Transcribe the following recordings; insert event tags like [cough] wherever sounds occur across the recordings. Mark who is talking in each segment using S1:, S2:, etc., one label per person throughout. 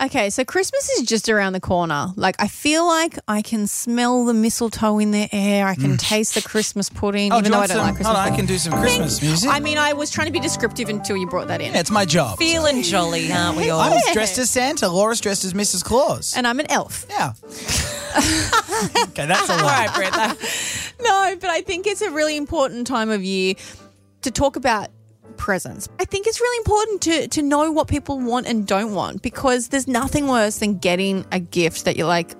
S1: Okay, so Christmas is just around the corner. Like I feel like I can smell the mistletoe in the air. I can taste the Christmas pudding,
S2: Mm. Oh, do
S1: even
S2: you
S1: though I
S2: want
S1: don't
S2: some-
S1: like Christmas.
S2: hold on, I
S1: pudding.
S2: can do some Christmas music.
S1: I mean, I was trying to be descriptive until you brought that in.
S2: yeah, it's my job.
S3: Feeling jolly, aren't we all?
S2: I'm
S3: [laughs]
S1: Yeah.
S2: dressed as Santa. Laura's dressed as Mrs. Claus.
S1: and I'm an elf. [laughs]
S2: yeah. okay, that's a
S3: all
S2: lot.
S3: right, Brett. that-
S1: No, but I think it's a really important time of year to talk about presents. I think it's really important to to know what people want and don't want because there's nothing worse than getting a gift that you're like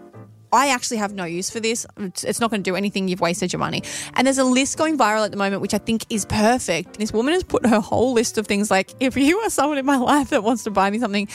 S1: I actually have no use for this. It's it's not going to do anything. You've wasted your money. And there's a list going viral at the moment, which I think is perfect. This woman has put her whole list of things like, if you are someone in my [laughs] life that wants to buy me something,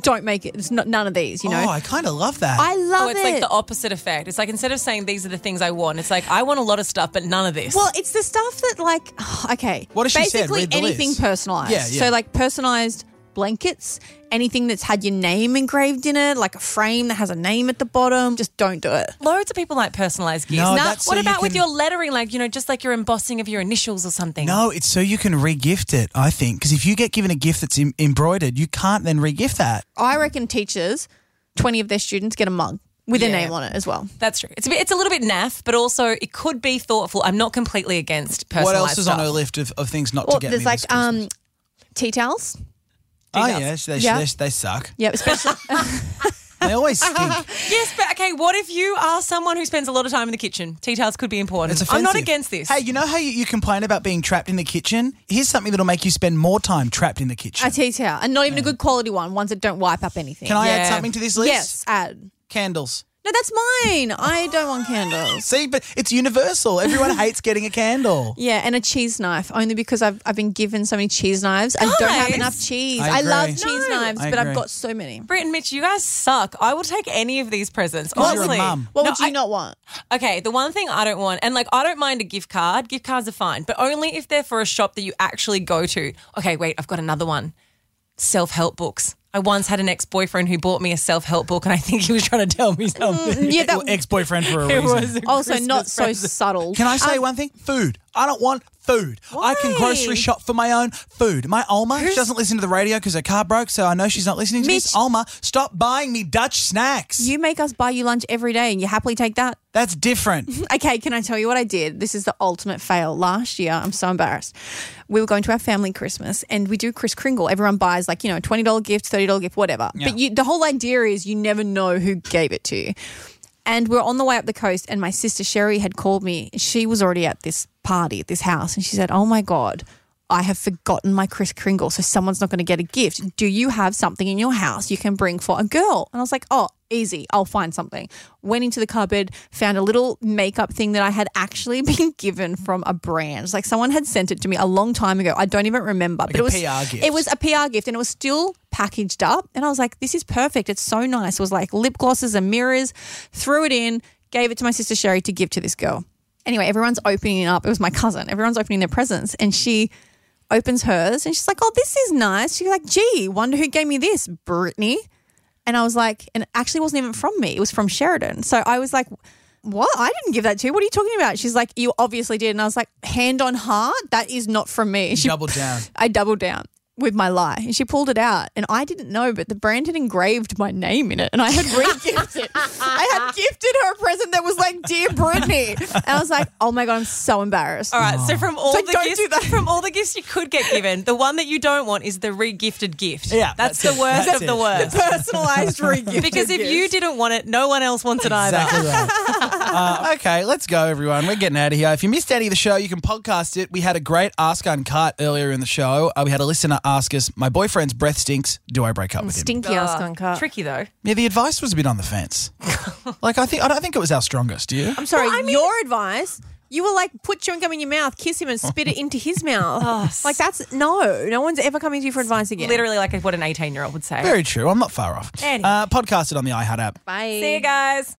S1: don't make it. It's not none of these, you know?
S2: Oh, I kind of love that.
S1: I love
S3: Oh, it's
S1: it.
S3: like the opposite effect. It's like instead of saying these are the things I want, it's like I want a lot of stuff, but none of this.
S1: Well, it's the stuff that like [sighs] okay.
S2: What has she said?
S1: Basically
S2: Read the
S1: anything
S2: list.
S1: personalized.
S2: Yeah, yeah.
S1: So like personalized blankets, anything that's had your name engraved in it, like a frame that has a name at the bottom, just don't do it.
S3: loads of people like personalized gifts.
S2: No,
S3: Now,
S2: that's so
S3: what
S2: you
S3: about with
S2: can-
S3: your lettering? Like you know, just like your embossing of your initials or something.
S2: no, it's so you can re-gift it, I think. Because if you get given a gift that's em- embroidered, you can't then re-gift that.
S1: I reckon teachers, 20 of their students get a mug with a
S3: Yeah.
S1: name on it as well.
S3: That's true. It's a, bit, it's a little bit naff, but also it could be thoughtful. I'm not completely against
S2: What
S3: personalized
S2: else is
S3: stuff.
S2: on her list of, of things not
S1: Well,
S2: to get
S1: there's
S2: me
S1: like
S2: this Christmas?
S1: um tea towels.
S2: Oh, yeah, they,
S1: Yeah.
S2: They, they suck.
S1: Yeah, especially
S2: [laughs]
S1: [laughs]
S2: They always stink.
S3: Yes, but okay, what if you are someone who spends a lot of time in the kitchen? Tea towels could be important.
S2: It's offensive.
S3: I'm not against this.
S2: Hey, you know how you, you complain about being trapped in the kitchen? Here's something that'll make you spend more time trapped in the kitchen.
S1: a tea towel. And not even a good quality one, ones that don't wipe up anything.
S2: Can I add
S3: Yeah.
S2: something to this list?
S1: Yes, add.
S2: Candles.
S1: No, that's mine. I don't want candles.
S2: See, but it's universal. Everyone hates getting a candle.
S1: Yeah, and a cheese knife, only because I've, I've been given so many cheese knives. I don't have
S3: Guys!
S1: enough cheese. I,
S2: I
S1: love
S2: agree.
S1: cheese
S3: No.
S1: knives,
S2: I
S1: but
S2: agree.
S1: I've got so many.
S3: Britt and Mitch, you guys suck. I will take any of these presents.
S2: Because you're a
S3: Honestly.
S2: mum.
S1: What
S3: No,
S1: would you
S3: I-
S1: not want?
S3: Okay, the one thing I don't want, and like I don't mind a gift card. Gift cards are fine, but only if they're for a shop that you actually go to. Okay, wait, I've got another one. Self help books. I once had an ex boyfriend who bought me a self help book, and I think he was trying to tell me
S1: [laughs]
S3: something.
S1: Mm, Yeah, [laughs] that
S2: Well,
S1: [laughs]
S2: ex-boyfriend for a
S3: It
S2: reason.
S3: was [laughs] a
S1: also
S3: Christmas
S1: not so
S3: present.
S1: subtle.
S2: Can I say
S1: Um,
S2: one thing? Food. I don't want food. I can
S1: Why?
S2: grocery shop for my own food. My Alma, she doesn't listen to the radio because her car broke, so I know she's not listening to
S1: Mitch-
S2: this. Alma, stop buying me Dutch snacks.
S1: You make us buy you lunch every day, and you happily take that. [laughs]
S2: That's different.
S1: Okay, can I tell you what I did? This is the ultimate fail. Last year, I'm so embarrassed. We were going to our family Christmas and we do Kris Kringle. Everyone buys like, you know, $20 gift, $30 gift, whatever. But you, the whole idea is you never know who gave it to you. And we're on the way up the coast and my sister Sherry had called me. She was already at this party at this house and she said, "Oh my god, I have forgotten my Kris Kringle, so someone's not going to get a gift. Do you have something in your house you can bring for a girl? And I was like, oh, easy, I'll find something. Went into the cupboard, found a little makeup thing that I had actually [laughs] been given from a brand. Like someone had sent it to me a long time ago. I don't even remember, but
S2: a
S1: it was
S2: PR gift.
S1: it was a PR gift and it was still packaged up. And I was like, this is perfect. It's so nice. It was like lip glosses and mirrors. Threw it in, gave it to my sister Sherry to give to this girl. Anyway, everyone's opening it up. It was my cousin. Everyone's opening their presents. And she opens hers and she's like, oh, this is nice. She's like, gee, wonder who gave me this, Brittany. And I was like, and it actually wasn't even from me. It was from Sheridan. So I was like, what? I didn't give that to you. What are you talking about? She's like, you obviously did. And I was like, hand on heart, that is not from me. She
S2: Double down.
S1: I doubled down with my lie and she pulled it out and I didn't know but the brand had engraved my name in it and I had re-gifted I [laughs] had gifted her a present that was like dear Brittany and I was like oh my god I'm so embarrassed
S3: All right, so from all
S1: So
S3: the
S1: don't
S3: gifts,
S1: do that.
S3: from all the gifts you could get given, the one that you don't want is the re-gifted gift.
S2: Yeah,
S3: that's,
S2: that's it.
S3: the worst
S2: That's
S3: of
S2: it.
S3: the worst.
S1: personalized re-gift
S3: Because if you didn't want it, no one else wants it either.
S2: Exactly right.
S1: [laughs]
S2: Uh, okay, let's go, everyone. We're getting out of here. If you missed any of the show, you can podcast it. We had a great Ask Uncart earlier in the show. Uh, we had a listener ask us, "My boyfriend's breath stinks. Do I break up with him?"
S1: stinky ass skunk up.
S3: Tricky though.
S2: Yeah, the advice was a bit on the fence. like I think I don't think it was our strongest. Do you?
S1: I'm sorry your advice you were like put chewing gum in your mouth kiss him and spit [laughs] it into his mouth like that's no no one's ever coming to you for advice again
S3: Literally, like what an 18 year old would say.
S2: Very true. I'm not far off.
S3: Eddie.
S2: Uh, podcast it on the iHeart app.
S1: bye
S3: See you guys.